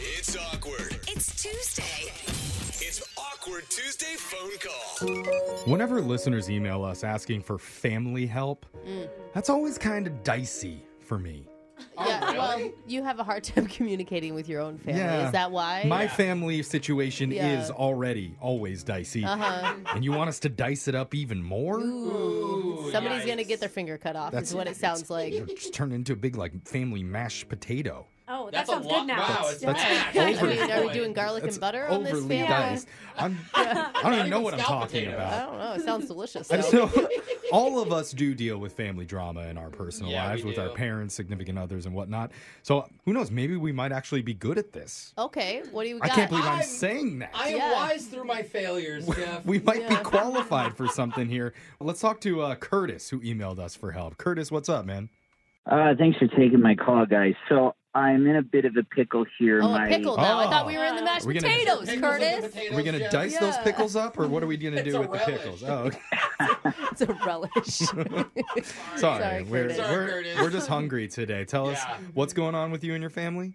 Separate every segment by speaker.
Speaker 1: It's awkward.
Speaker 2: It's Tuesday.
Speaker 1: It's awkward Tuesday phone call.
Speaker 3: Whenever listeners email us asking for family help, that's always kind of dicey for me. Oh,
Speaker 4: yeah, well, you have a hard time communicating with your own family.
Speaker 3: Yeah.
Speaker 4: Is that why?
Speaker 3: My family situation
Speaker 4: Yeah.
Speaker 3: is already always dicey.
Speaker 4: uh-huh.
Speaker 3: And you want us to dice it up even more?
Speaker 4: Somebody's going to get their finger cut off,
Speaker 3: That's-
Speaker 4: is what it sounds like.
Speaker 3: Just turn into a big like family mashed potato.
Speaker 5: Oh, that
Speaker 6: That's a
Speaker 5: sounds
Speaker 6: lot-
Speaker 5: good now.
Speaker 6: wow, it's
Speaker 3: That's
Speaker 6: Yeah.
Speaker 4: I
Speaker 3: over-
Speaker 4: mean, are we
Speaker 6: Boy.
Speaker 4: doing garlic
Speaker 3: that's
Speaker 4: and butter on this
Speaker 3: overly
Speaker 4: family?
Speaker 3: diced. I'm, I don't even know what I'm
Speaker 6: scalloped
Speaker 3: talking
Speaker 6: potato.
Speaker 4: I
Speaker 3: about.
Speaker 4: don't know. It sounds delicious.
Speaker 3: And
Speaker 4: though.
Speaker 3: so all of us do deal with family drama in our personal
Speaker 6: Yeah, we
Speaker 3: lives with
Speaker 6: do.
Speaker 3: our parents, significant others, and whatnot. So who knows? Maybe we might actually be good at this.
Speaker 4: okay, what do you
Speaker 3: I
Speaker 4: got?
Speaker 3: can't believe I'm,
Speaker 6: I'm-
Speaker 3: saying that.
Speaker 6: I am
Speaker 4: Yeah.
Speaker 6: wise through my failures, Jeff.
Speaker 3: we might be
Speaker 4: Yeah.
Speaker 3: qualified for something here. Let's talk to uh, Curtis, who emailed us for help. Curtis, what's up, man?
Speaker 7: Uh, thanks for taking my call, guys. So I'm in a bit of a pickle here.
Speaker 4: oh,
Speaker 7: my,
Speaker 4: a pickle now. I
Speaker 3: Oh.
Speaker 4: thought we were in the mashed
Speaker 3: We're gonna-
Speaker 4: potatoes,
Speaker 6: Pickles and
Speaker 4: Curtis.
Speaker 6: potatoes,
Speaker 3: Are we going to
Speaker 6: Jeff.
Speaker 3: dice those
Speaker 4: Yeah.
Speaker 3: pickles up, or what are we going to
Speaker 6: It's
Speaker 3: do
Speaker 6: a
Speaker 3: with the
Speaker 6: relish.
Speaker 3: pickles? Oh, okay.
Speaker 4: It's a relish.
Speaker 3: sorry.
Speaker 4: Sorry,
Speaker 3: we're,
Speaker 4: Curtis.
Speaker 6: Sorry,
Speaker 3: we're,
Speaker 6: Curtis.
Speaker 3: we're just hungry today. Tell us
Speaker 6: Yeah.
Speaker 3: what's going on with you and your family?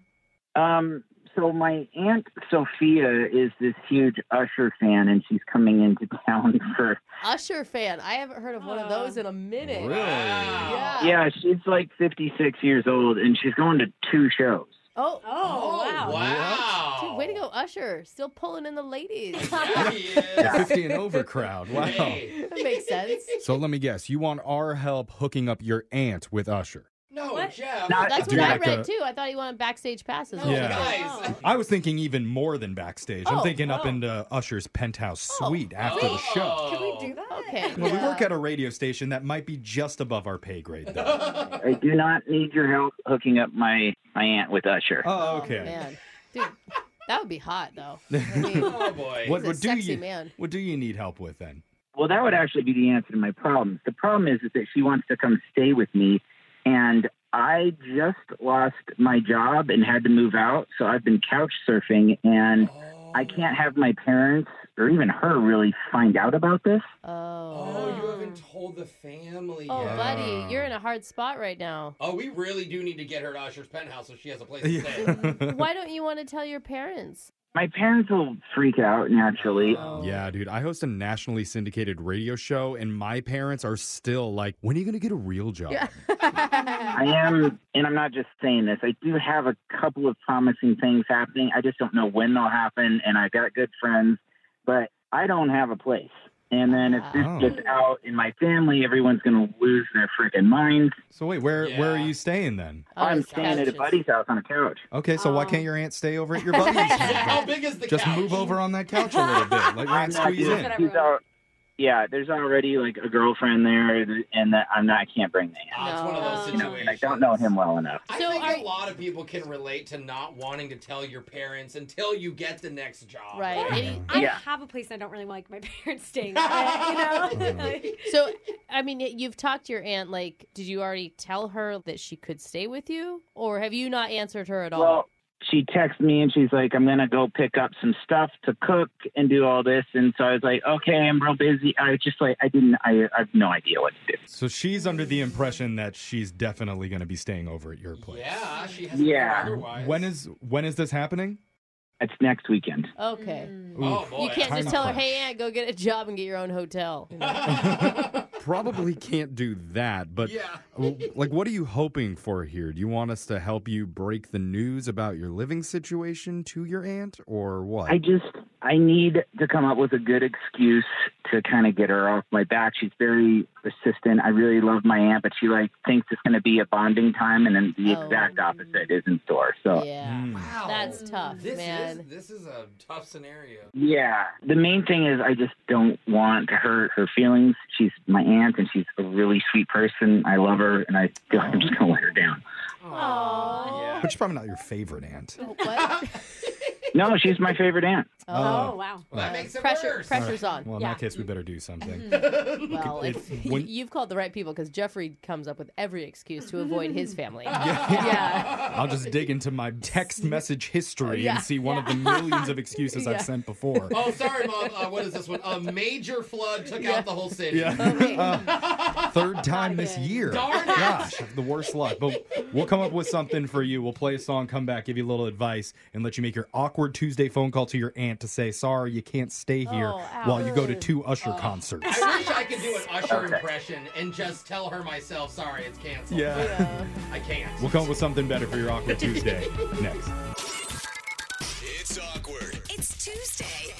Speaker 7: Um, so my aunt Sophia is this huge Usher fan, and she's coming into town for.
Speaker 4: Usher fan. I haven't heard of one of those in a minute.
Speaker 3: Really?
Speaker 6: Wow.
Speaker 4: Yeah.
Speaker 7: Yeah, she's like 56 years old, and she's going to two shows.
Speaker 4: Oh,
Speaker 5: Oh,
Speaker 6: wow.
Speaker 5: wow.
Speaker 4: dude, way to go, Usher. Still pulling in the ladies.
Speaker 6: Yeah, he
Speaker 3: The
Speaker 6: is.
Speaker 3: 50 and over crowd. Wow.
Speaker 6: Hey.
Speaker 3: Oh.
Speaker 4: that makes sense.
Speaker 3: So let me guess. You want our help hooking up your aunt with Usher?
Speaker 6: No,
Speaker 5: What?
Speaker 6: Jeff.
Speaker 7: No,
Speaker 4: Oh, That's
Speaker 3: Do
Speaker 4: what I
Speaker 3: like
Speaker 4: read
Speaker 3: the-
Speaker 4: too. I thought he wanted backstage passes.
Speaker 6: No,
Speaker 4: or
Speaker 3: Yeah.
Speaker 4: something.
Speaker 6: guys.
Speaker 3: I was thinking even more than backstage. I'm
Speaker 4: Oh,
Speaker 3: thinking up
Speaker 5: oh.
Speaker 3: into Usher's penthouse
Speaker 4: Oh,
Speaker 3: suite after the
Speaker 6: Oh.
Speaker 3: show.
Speaker 5: Can we do that?
Speaker 4: Okay.
Speaker 3: Well, we
Speaker 4: yeah.
Speaker 3: work at a radio station that might be just above our pay grade, though.
Speaker 7: I do not need your help hooking up my my aunt with Usher.
Speaker 3: oh, okay.
Speaker 4: Man, dude, that would be hot though. I mean,
Speaker 6: Oh boy.
Speaker 3: what
Speaker 4: He's a
Speaker 3: what do
Speaker 4: sexy
Speaker 3: you
Speaker 4: man.
Speaker 3: what do you need help with then?
Speaker 7: Well, that would actually be the answer to my problem. The problem is, is that she wants to come stay with me, and I just lost my job and had to move out, so I've been couch surfing, and I can't have my parents or even her really find out about this.
Speaker 4: oh.
Speaker 6: Oh, you haven't told the family
Speaker 4: Oh,
Speaker 6: yet.
Speaker 4: buddy, you're in a hard spot right now.
Speaker 6: Oh, we really do need to get her to Usher's penthouse so she has a place to stay.
Speaker 4: Why don't you want to tell your parents?
Speaker 7: My parents will freak out naturally.
Speaker 3: Yeah, dude. I host a nationally syndicated radio show, and my parents are still like, "When are you gonna get a real job?"
Speaker 4: Yeah.
Speaker 7: I am, and I'm not just saying this. I do have a couple of promising things happening. I just don't know when they'll happen, and I got good friends, but I don't have a place. And then if this
Speaker 3: Oh.
Speaker 7: gets out in my family, everyone's going to lose their freaking minds.
Speaker 3: So wait, where where are
Speaker 6: Yeah.
Speaker 3: you staying then?
Speaker 5: Oh,
Speaker 7: I'm
Speaker 4: his
Speaker 7: staying at a
Speaker 4: couches.
Speaker 7: buddy's house on a couch.
Speaker 3: Okay, so why
Speaker 5: Um.
Speaker 3: can't your aunt stay over at your buddy's?
Speaker 6: Yeah, how big is the
Speaker 3: Just
Speaker 6: couch?
Speaker 3: move over on that couch a little bit, let your aunt squeeze
Speaker 7: doing
Speaker 3: in.
Speaker 5: That's what
Speaker 7: it. She's out- yeah, there's already like a girlfriend there, and that I'm not. I can't bring that in.
Speaker 6: Ah, it's one of those
Speaker 5: No.
Speaker 7: You
Speaker 6: situations.
Speaker 7: know, and I don't know him well enough.
Speaker 6: I
Speaker 4: So
Speaker 6: think
Speaker 4: are-
Speaker 6: a lot of people can relate to not wanting to tell your parents until you get the next job.
Speaker 4: Right. Any-
Speaker 5: I
Speaker 7: Yeah.
Speaker 5: have a place and I don't really like my parents staying at, you know? Like,
Speaker 4: So, I mean, you've talked to your aunt. Like, did you already tell her that she could stay with you, or have you not answered her at all?
Speaker 7: Well, she texts me and she's like, "I'm gonna go pick up some stuff to cook and do all this," and so I was like, "Okay, I'm real busy." I was just like, I didn't. I, I have no idea what to do.
Speaker 3: So she's under the impression that she's definitely gonna be staying over at your place.
Speaker 6: Yeah, she has to
Speaker 7: Yeah.
Speaker 6: do otherwise.
Speaker 3: When is when is this happening?
Speaker 7: It's next weekend.
Speaker 4: okay.
Speaker 6: Oh boy.
Speaker 4: You can't
Speaker 3: Time
Speaker 4: just tell her,
Speaker 3: crunch.
Speaker 4: "Hey, aunt, go get a job and get your own hotel."
Speaker 3: probably can't do that, but
Speaker 6: Yeah.
Speaker 3: w- like what are you hoping for here? Do you want us to help you break the news about your living situation to your aunt or what?
Speaker 7: I just I need to come up with a good excuse to kind of get her off my back. She's very persistent. I really love my aunt, but she like thinks it's going to be a bonding time, and then the
Speaker 4: Oh.
Speaker 7: exact opposite is in store. So
Speaker 4: Yeah.
Speaker 3: Hmm.
Speaker 6: Wow.
Speaker 4: That's tough,
Speaker 6: this
Speaker 4: man.
Speaker 6: Is, this is a tough scenario.
Speaker 7: yeah, the main thing is I just don't want to hurt her feelings. She's my aunt, and she's a really sweet person. I love her, and I feel like I'm just going to let her down.
Speaker 6: Aww.
Speaker 3: Which is probably not your favorite aunt.
Speaker 4: What?
Speaker 7: No, she's my favorite aunt.
Speaker 5: Oh, wow.
Speaker 6: Well, that makes it
Speaker 4: Pressure-
Speaker 6: worse.
Speaker 4: pressure- Pressure's on.
Speaker 3: Well, in
Speaker 5: Yeah.
Speaker 3: that case, we better do something.
Speaker 4: Well,
Speaker 3: It-
Speaker 4: if,
Speaker 3: it- when-
Speaker 4: you've called the right people because Jeffrey comes up with every excuse to avoid his family.
Speaker 5: Yeah.
Speaker 3: I'll just dig into my text message history
Speaker 4: Yeah.
Speaker 3: and see one of the millions of excuses
Speaker 4: Yeah.
Speaker 3: I've sent before.
Speaker 6: Oh, sorry, mom. Uh, what is this one? A major flood took out the whole city.
Speaker 3: Yeah.
Speaker 4: Okay.
Speaker 3: Uh, third time this
Speaker 5: again.
Speaker 3: year.
Speaker 6: Darn it.
Speaker 3: Gosh, the worst luck. But we'll come up with something for you. We'll play a song, come back, give you a little advice, and let you make your awkward Tuesday phone call to your aunt to say, sorry, you can't stay here
Speaker 4: Oh, ouch. Oh.
Speaker 3: while you go to two Usher concerts.
Speaker 6: I wish I could do an Usher impression and just tell her myself, sorry, it's canceled.
Speaker 3: Yeah.
Speaker 6: I can't.
Speaker 3: We'll come up with something better for your awkward Tuesday next.
Speaker 1: It's awkward.
Speaker 2: It's Tuesday.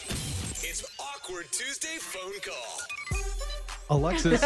Speaker 1: It's awkward Tuesday phone call.
Speaker 3: Alexis,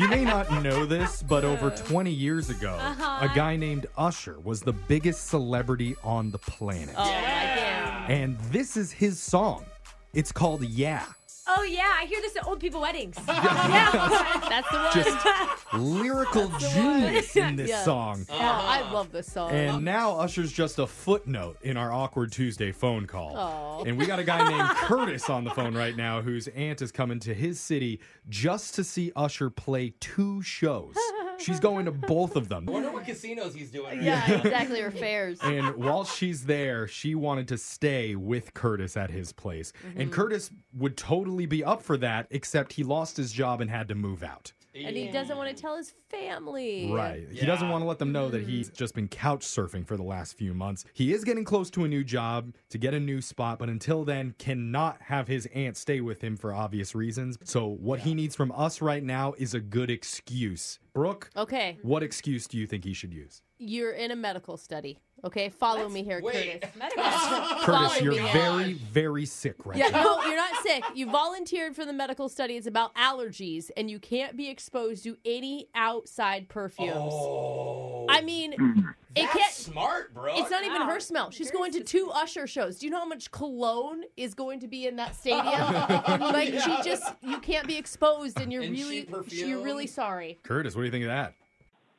Speaker 3: you may not know this, but over 20 years ago,
Speaker 4: Uh-huh.
Speaker 3: a guy named Usher was the biggest celebrity on the planet.
Speaker 4: Oh, I
Speaker 3: And this is his song. It's called Yeah.
Speaker 5: Oh, yeah. I hear this at old people weddings. yeah.
Speaker 4: can. That's the one.
Speaker 3: Just lyrical genius in this
Speaker 4: Yeah.
Speaker 3: song.
Speaker 4: Oh, I love this song.
Speaker 3: And now Usher's just a footnote in our Awkward Tuesday phone call.
Speaker 4: Aw.
Speaker 3: And we got a guy named Curtis on the phone right now whose aunt is coming to his city just to see Usher play two shows. She's going to both of them.
Speaker 6: I wonder what casinos he's doing. right
Speaker 4: yeah,
Speaker 6: now.
Speaker 4: exactly. Or fairs.
Speaker 3: And while she's there, she wanted to stay with Curtis at his place. And Curtis would totally be up for that, except he lost his job and had to move out.
Speaker 4: And he doesn't want to tell his family.
Speaker 3: Right. He doesn't
Speaker 6: Yeah.
Speaker 3: want to let them know that he's just been couch surfing for the last few months. He is getting close to a new job to get a new spot, but until then, cannot have his aunt stay with him for obvious reasons. So, what he needs from us right now is a good excuse. Brooke,
Speaker 4: Okay.
Speaker 3: what excuse do you think he should use?
Speaker 4: You're in a medical study. Okay. Follow me here,
Speaker 6: Wait.
Speaker 4: Curtis.
Speaker 3: Curtis,
Speaker 4: Fine,
Speaker 3: you're
Speaker 4: yeah.
Speaker 3: very, very sick right
Speaker 4: Yeah,
Speaker 3: now.
Speaker 4: no, you're not sick. You volunteered for the medical study. It's about allergies, and you can't be exposed to any outside perfumes.
Speaker 6: Oh.
Speaker 4: I mean, it
Speaker 6: That's
Speaker 4: can't.
Speaker 6: smart, bro.
Speaker 4: It's not even
Speaker 5: Wow.
Speaker 4: her smell. She's
Speaker 5: Very
Speaker 4: going to two Usher shows. Do you know how much cologne is going to be in that stadium? like she just, you can't be exposed, and you're
Speaker 6: And she
Speaker 4: really, you're
Speaker 6: perfumed.
Speaker 4: really sorry.
Speaker 3: Curtis, what do you think of that?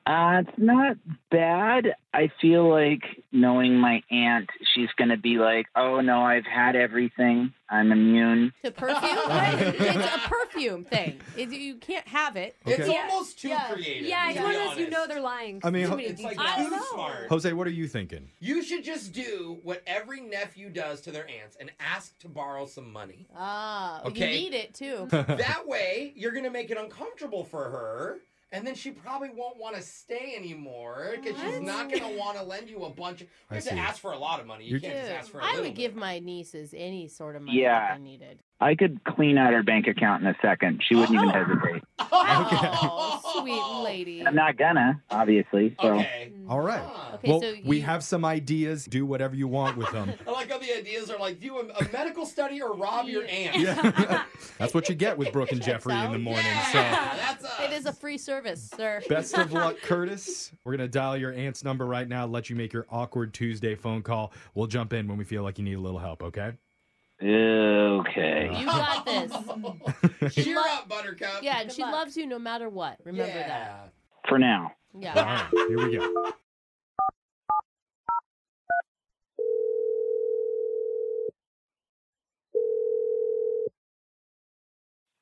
Speaker 7: Uh, it's not bad. I feel like knowing my aunt, she's going to be like, oh no, I've had everything. I'm immune.
Speaker 4: To perfume, right? it's a perfume thing. It, you can't have it.
Speaker 6: It's
Speaker 3: Okay.
Speaker 6: almost too
Speaker 4: Yeah.
Speaker 6: creative.
Speaker 5: yeah,
Speaker 6: to
Speaker 5: it's
Speaker 6: be
Speaker 5: one of those you
Speaker 6: honest.
Speaker 5: know they're lying.
Speaker 3: I mean,
Speaker 5: Too
Speaker 3: ho-
Speaker 5: many
Speaker 6: It's like
Speaker 5: details.
Speaker 4: I
Speaker 6: too
Speaker 4: know.
Speaker 6: smart.
Speaker 3: Jose, what are you thinking?
Speaker 6: You should just do what every nephew does to their aunts and ask to borrow some money.
Speaker 4: Ah,
Speaker 6: Okay.
Speaker 4: you need it too.
Speaker 6: that way, you're gonna make it uncomfortable for her, and then she probably won't want to stay anymore because she's not gonna want to lend you a bunch. Of,
Speaker 3: I
Speaker 6: you have to
Speaker 3: see.
Speaker 6: ask for a lot of money. You
Speaker 3: You're-
Speaker 6: can't just
Speaker 4: Dude,
Speaker 6: ask for. a
Speaker 4: I
Speaker 6: little
Speaker 4: would
Speaker 6: bit.
Speaker 4: give my nieces any sort of money
Speaker 7: Yeah.
Speaker 4: that they needed.
Speaker 7: I could clean out her bank account in a second. She wouldn't even hesitate.
Speaker 4: Oh, sweet lady.
Speaker 7: I'm not gonna, obviously. So
Speaker 6: Okay.
Speaker 3: All right.
Speaker 6: Ah.
Speaker 4: Okay,
Speaker 3: well,
Speaker 4: so
Speaker 3: we
Speaker 4: you-
Speaker 3: have some ideas. Do whatever you want with them.
Speaker 6: I like how the ideas are like do a, a medical study or rob your aunt.
Speaker 3: Yeah. That's what you get with Brooke and Jeffrey in the
Speaker 4: out.
Speaker 3: morning.
Speaker 6: Yeah, that's us.
Speaker 4: It is a free service, sir.
Speaker 3: So, best of luck, Curtis. We're going to dial your aunt's number right now, let you make your awkward Tuesday phone call. We'll jump in when we feel like you need a little help, okay?
Speaker 7: okay.
Speaker 4: You got this.
Speaker 6: Cheer
Speaker 4: Lo-
Speaker 6: up, Buttercup.
Speaker 4: Yeah, and she
Speaker 5: luck.
Speaker 4: loves you no matter what. Remember that.
Speaker 6: Yeah.
Speaker 7: For now.
Speaker 3: All
Speaker 4: Yeah.
Speaker 3: right, here we go.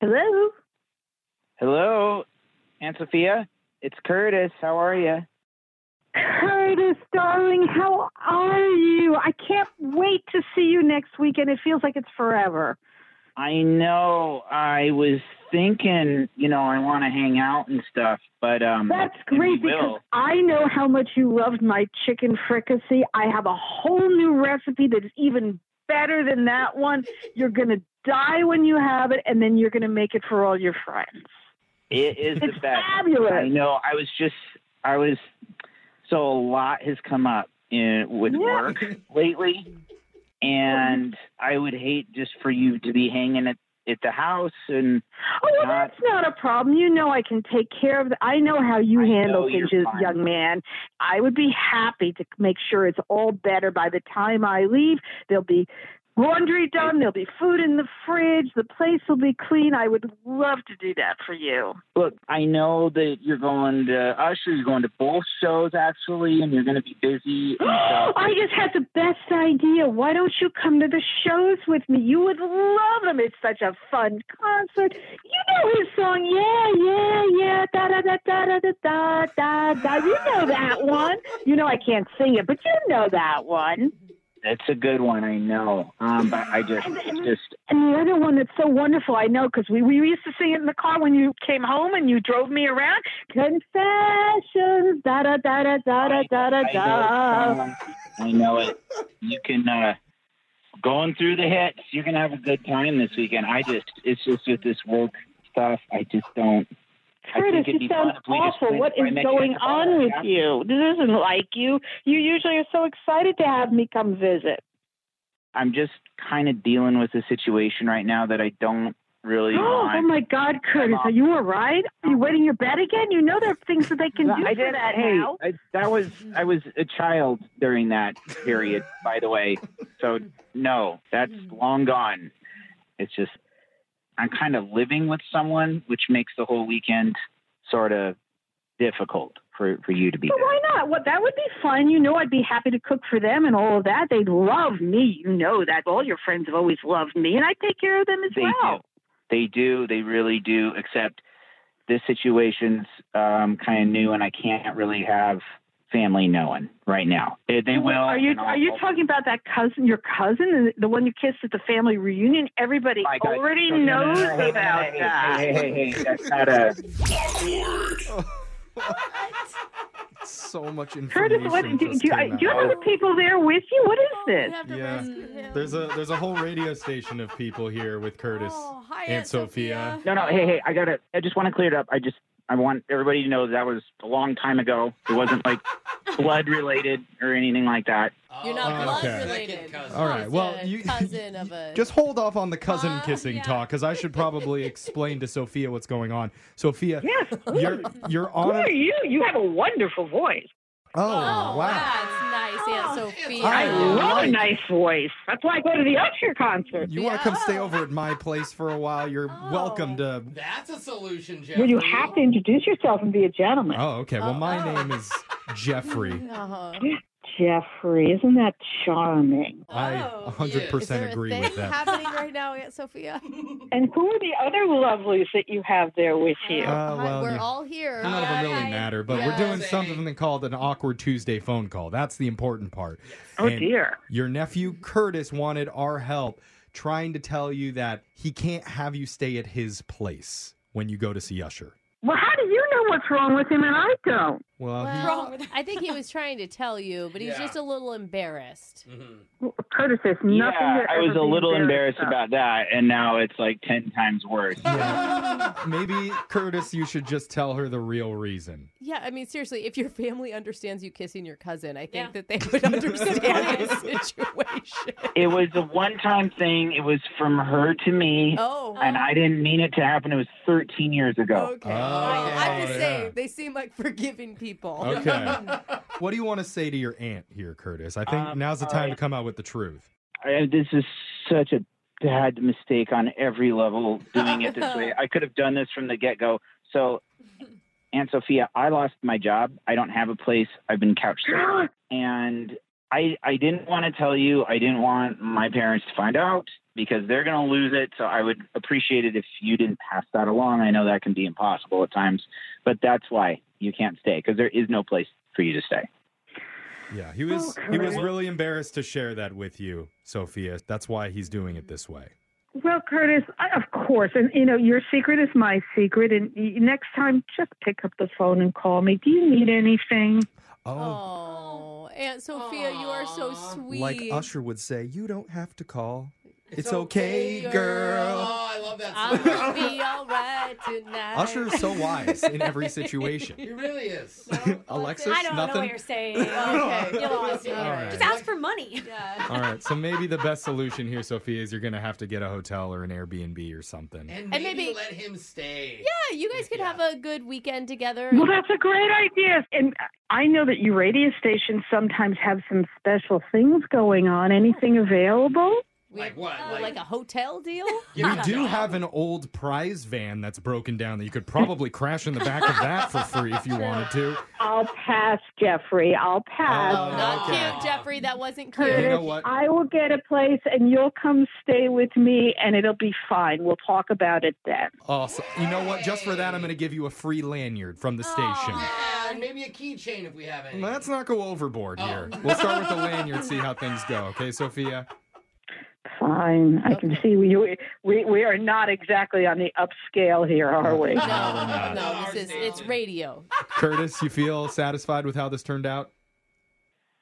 Speaker 7: Hello. Hello, Aunt Sophia. It's Curtis. How are you?
Speaker 8: Curtis, darling, how are you? I can't wait to see you next week, and it feels like it's forever.
Speaker 7: I know. I was thinking, you know, I want to hang out and stuff, but um,
Speaker 8: That's
Speaker 7: and we
Speaker 8: great because
Speaker 7: will.
Speaker 8: I know how much you loved my chicken fricassee. I have a whole new recipe that is even better than that one. You're going to die when you have it, and then you're going to make it for all your friends.
Speaker 7: it is the
Speaker 8: It's
Speaker 7: best.
Speaker 8: fabulous.
Speaker 7: I know. I was just, I was. So a lot has come up in with
Speaker 8: Yeah.
Speaker 7: work lately, and I would hate just for you to be hanging at at the house and
Speaker 8: Oh, well,
Speaker 7: Not-
Speaker 8: that's not a problem. You know I can take care of that. I know how you
Speaker 7: I
Speaker 8: handle
Speaker 7: know you're
Speaker 8: things,
Speaker 7: fine.
Speaker 8: young man. I would be happy to make sure it's all better by the time I leave. There'll be laundry done. There'll be food in the fridge. The place will be clean. I would love to do that for you.
Speaker 7: Look, I know that you're going to Usher, you're going to both shows actually, and you're going to be busy. And stuff.
Speaker 8: I just had the best idea. Why don't you come to the shows with me? You would love them. It's such a fun concert. You know his song, yeah, yeah, yeah, da da da da da da da da da. You know that one. You know I can't sing it, but you know that one.
Speaker 7: That's a good one, I know. Um, but I just, just
Speaker 8: And the other one that's so wonderful, I know, because we, we used to sing it in the car when you came home and you drove me around. Confessions, da da da da da da da da
Speaker 7: I
Speaker 8: da.
Speaker 7: know, it, Tom. I know it. You can uh, going through the hits. You're gonna have a good time this weekend. I just, it's just with this work stuff. I just don't. I
Speaker 8: Curtis,
Speaker 7: think it'd be
Speaker 8: you
Speaker 7: fun
Speaker 8: sound
Speaker 7: if we just
Speaker 8: awful.
Speaker 7: went
Speaker 8: What
Speaker 7: right
Speaker 8: is
Speaker 7: next to
Speaker 8: going
Speaker 7: the bar
Speaker 8: on with
Speaker 7: after.
Speaker 8: you? This isn't like you. You usually are so excited to have me come visit.
Speaker 7: I'm just kind of dealing with a situation right now that I don't really
Speaker 8: Oh,
Speaker 7: want.
Speaker 8: oh my God, Curtis, are you all right? Are you wetting your bed again? You know there are things that they can do
Speaker 7: I
Speaker 8: for
Speaker 7: did.
Speaker 8: that
Speaker 7: hey,
Speaker 8: now.
Speaker 7: I, that was I was a child during that period, by the way. So no, that's long gone. It's just I'm kind of living with someone, which makes the whole weekend sort of difficult for for you to be
Speaker 8: But
Speaker 7: there.
Speaker 8: why not? Well, that would be fun. You know, I'd be happy to cook for them and all of that. They'd love me. You know that. All your friends have always loved me, and I take care of them as
Speaker 7: They
Speaker 8: well.
Speaker 7: do. They do. They really do. Except this situation's um, kind of new, and I can't really have family knowing right now. They, they will.
Speaker 8: Are you
Speaker 7: and I'll-
Speaker 8: are you
Speaker 7: I'll-
Speaker 8: talking about that cousin, your cousin, the one you kissed at the family reunion? Everybody
Speaker 7: My God.
Speaker 8: already
Speaker 7: No, no, no, no,
Speaker 8: knows
Speaker 7: no, no, no,
Speaker 8: about
Speaker 7: hey,
Speaker 8: that.
Speaker 7: Hey, hey, hey, hey, that's not a.
Speaker 1: Awkward.
Speaker 3: So much information.
Speaker 8: Curtis, what, do, do,
Speaker 3: just
Speaker 8: do,
Speaker 3: came
Speaker 8: do you
Speaker 3: out.
Speaker 8: have other people there with you? What
Speaker 4: Oh,
Speaker 8: is this?
Speaker 3: Yeah. There's a there's a whole radio station of people here with Curtis
Speaker 5: Oh, hi,
Speaker 3: and
Speaker 5: Aunt
Speaker 3: Sophia.
Speaker 7: No, no, hey, hey, I gotta. I just want to clear it up. I just, I want everybody to know that was a long time ago. It wasn't like blood related or anything like that.
Speaker 4: You're not
Speaker 6: Oh,
Speaker 4: blood
Speaker 3: okay.
Speaker 4: related.
Speaker 6: Second cousin.
Speaker 3: All right,
Speaker 4: It's
Speaker 3: well,
Speaker 4: a
Speaker 3: you-
Speaker 4: cousin of a.
Speaker 3: Just hold off on the cousin
Speaker 5: Uh,
Speaker 3: kissing
Speaker 5: yeah.
Speaker 3: talk because I should probably explain to Sophia what's going on. Sophia,
Speaker 8: Yes.
Speaker 3: you're you're
Speaker 8: Who
Speaker 3: on.
Speaker 8: are
Speaker 3: A,
Speaker 8: you? You have a wonderful voice.
Speaker 3: oh
Speaker 4: oh,
Speaker 3: wow.
Speaker 4: that's nice, Aunt Sophia.
Speaker 8: I
Speaker 3: Oh,
Speaker 8: love
Speaker 3: right.
Speaker 8: a nice voice. That's why I go to the Usher concert.
Speaker 3: You want to come stay over at my place for a while? You're welcome to.
Speaker 6: That's a solution, Jeffrey.
Speaker 8: Well, you have to introduce yourself and be a gentleman.
Speaker 3: Oh, okay. Well, my name is Jeffrey.
Speaker 4: Uh-huh.
Speaker 8: Jeffrey, isn't that charming?
Speaker 3: I
Speaker 5: Oh,
Speaker 3: 100%
Speaker 4: Is there a
Speaker 3: agree
Speaker 4: thing
Speaker 3: with that.
Speaker 5: happening right now, Aunt Sophia.
Speaker 8: And who are the other lovelies that you have there with you?
Speaker 3: Uh,
Speaker 4: Hi,
Speaker 3: well,
Speaker 4: we're
Speaker 3: yeah.
Speaker 4: all here.
Speaker 3: None of them really
Speaker 5: Hi.
Speaker 3: matter, but we're
Speaker 4: Yes.
Speaker 3: doing something called an awkward Tuesday phone call. That's the important part.
Speaker 8: oh,
Speaker 3: And
Speaker 8: dear.
Speaker 3: Your nephew Curtis wanted our help trying to tell you that he can't have you stay at his place when you go to see Usher.
Speaker 8: Well, how do you know what's wrong with him and I don't?
Speaker 3: Well, he-
Speaker 5: wrong
Speaker 4: Well,
Speaker 5: with
Speaker 4: I think he was trying to tell you, but he's
Speaker 6: Yeah.
Speaker 4: just a little embarrassed.
Speaker 6: Mhm.
Speaker 8: Well, Curtis, there's nothing
Speaker 7: yeah,
Speaker 8: to
Speaker 7: I was
Speaker 8: ever
Speaker 7: a
Speaker 8: be
Speaker 7: little embarrassed
Speaker 8: about.
Speaker 7: about that, and now it's like ten times worse.
Speaker 3: maybe Curtis, you should just tell her the real reason.
Speaker 4: Yeah, I mean, seriously, if your family understands you kissing your cousin, I think
Speaker 5: Yeah.
Speaker 4: that they would understand the situation.
Speaker 7: It was a one-time thing. It was from her to me,
Speaker 4: Oh,
Speaker 7: and I didn't mean it to happen. It was 13 years ago.
Speaker 4: okay.
Speaker 3: Oh,
Speaker 4: Well, I'm
Speaker 3: yeah. Oh,
Speaker 4: just saying, they seem like forgiving people.
Speaker 3: Okay.
Speaker 6: Mm-hmm.
Speaker 3: what do you want to say to your aunt here, Curtis? I think
Speaker 7: Um,
Speaker 3: now's the
Speaker 7: all
Speaker 3: time
Speaker 7: right.
Speaker 3: to come out with the truth.
Speaker 7: I, this is such a bad mistake on every level doing it this way. I could have done this from the get go. So, Aunt Sophia, I lost my job. I don't have a place. I've been couch surfing. And I, I didn't want to tell you. I didn't want my parents to find out because they're going to lose it. So I would appreciate it if you didn't pass that along. I know that can be impossible at times, but that's why you can't stay because there is no place for you to stay.
Speaker 3: Yeah, he was
Speaker 8: Oh,
Speaker 3: he was
Speaker 8: Curtis.
Speaker 3: really embarrassed to share that with you, Sophia. That's why he's doing it this way.
Speaker 8: Well, Curtis, I, of course, and you know your secret is my secret. And y- next time, just pick up the phone and call me. Do you need anything?
Speaker 3: Oh,
Speaker 4: Oh, Aunt Sophia, you are so
Speaker 6: Aw.
Speaker 4: sweet.
Speaker 3: like Usher would say, you don't have to call. It's,
Speaker 6: okay,
Speaker 3: okay, girl.
Speaker 6: Oh, I love that
Speaker 4: I'm
Speaker 6: song.
Speaker 4: gonna be all right tonight.
Speaker 3: Usher is so wise in every situation.
Speaker 6: He really is.
Speaker 3: Alexis,
Speaker 5: I don't know what
Speaker 3: nothing.
Speaker 5: you're saying.
Speaker 4: Okay.
Speaker 5: You'll all see.
Speaker 4: All right.
Speaker 5: Just ask for money.
Speaker 4: Yeah.
Speaker 3: All right, so maybe the best solution here, Sophia, is you're gonna have to get a hotel or an Airbnb or something.
Speaker 6: And maybe,
Speaker 4: maybe-
Speaker 6: let him stay.
Speaker 4: Yeah, you guys could have a good weekend together.
Speaker 8: Well, that's a great idea. And I know that you radio stations sometimes have some special things going on. Anything available?
Speaker 4: We We
Speaker 6: Like
Speaker 4: have,
Speaker 6: what?
Speaker 4: uh, like a hotel deal?
Speaker 3: We do have an old prize van that's broken down that you could probably crash in the back of that for free if you wanted to.
Speaker 8: I'll pass, Jeffrey. I'll pass.
Speaker 3: Oh,
Speaker 4: Not
Speaker 3: okay.
Speaker 4: cute, Jeffrey. That wasn't
Speaker 3: Oh, You
Speaker 4: cute.
Speaker 3: know what?
Speaker 8: I will get a place and you'll come stay with me and it'll be fine. We'll talk about it then.
Speaker 3: Awesome. You know what? Just for that, I'm going to give you a free lanyard from the station.
Speaker 6: Yeah, and maybe a keychain if we have any.
Speaker 3: Let's not go overboard here. We'll start with the lanyard, see how things go. Okay, Sophia?
Speaker 8: Fine. I can see we, we we are not exactly on the upscale here, are we?
Speaker 4: No, no, this is it's radio.
Speaker 3: Curtis, you feel satisfied with how this turned out?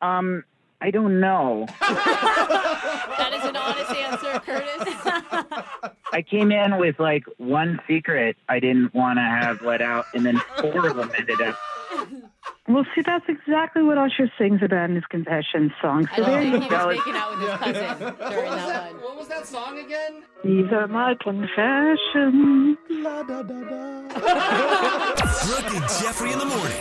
Speaker 7: Um, I don't know.
Speaker 4: That is an honest answer, Curtis.
Speaker 7: I came in with like one secret I didn't want to have let out, and then four of them ended up.
Speaker 8: Well, see, that's exactly what Usher sings about in his confession song.
Speaker 4: I
Speaker 8: So
Speaker 4: don't
Speaker 8: there
Speaker 4: think
Speaker 8: you
Speaker 4: he
Speaker 8: go.
Speaker 4: was making out with his cousin during
Speaker 6: What was
Speaker 4: that
Speaker 6: that,
Speaker 4: one.
Speaker 6: what was that song again?
Speaker 8: These are my confessions.
Speaker 1: Brooke and Jeffrey in the morning.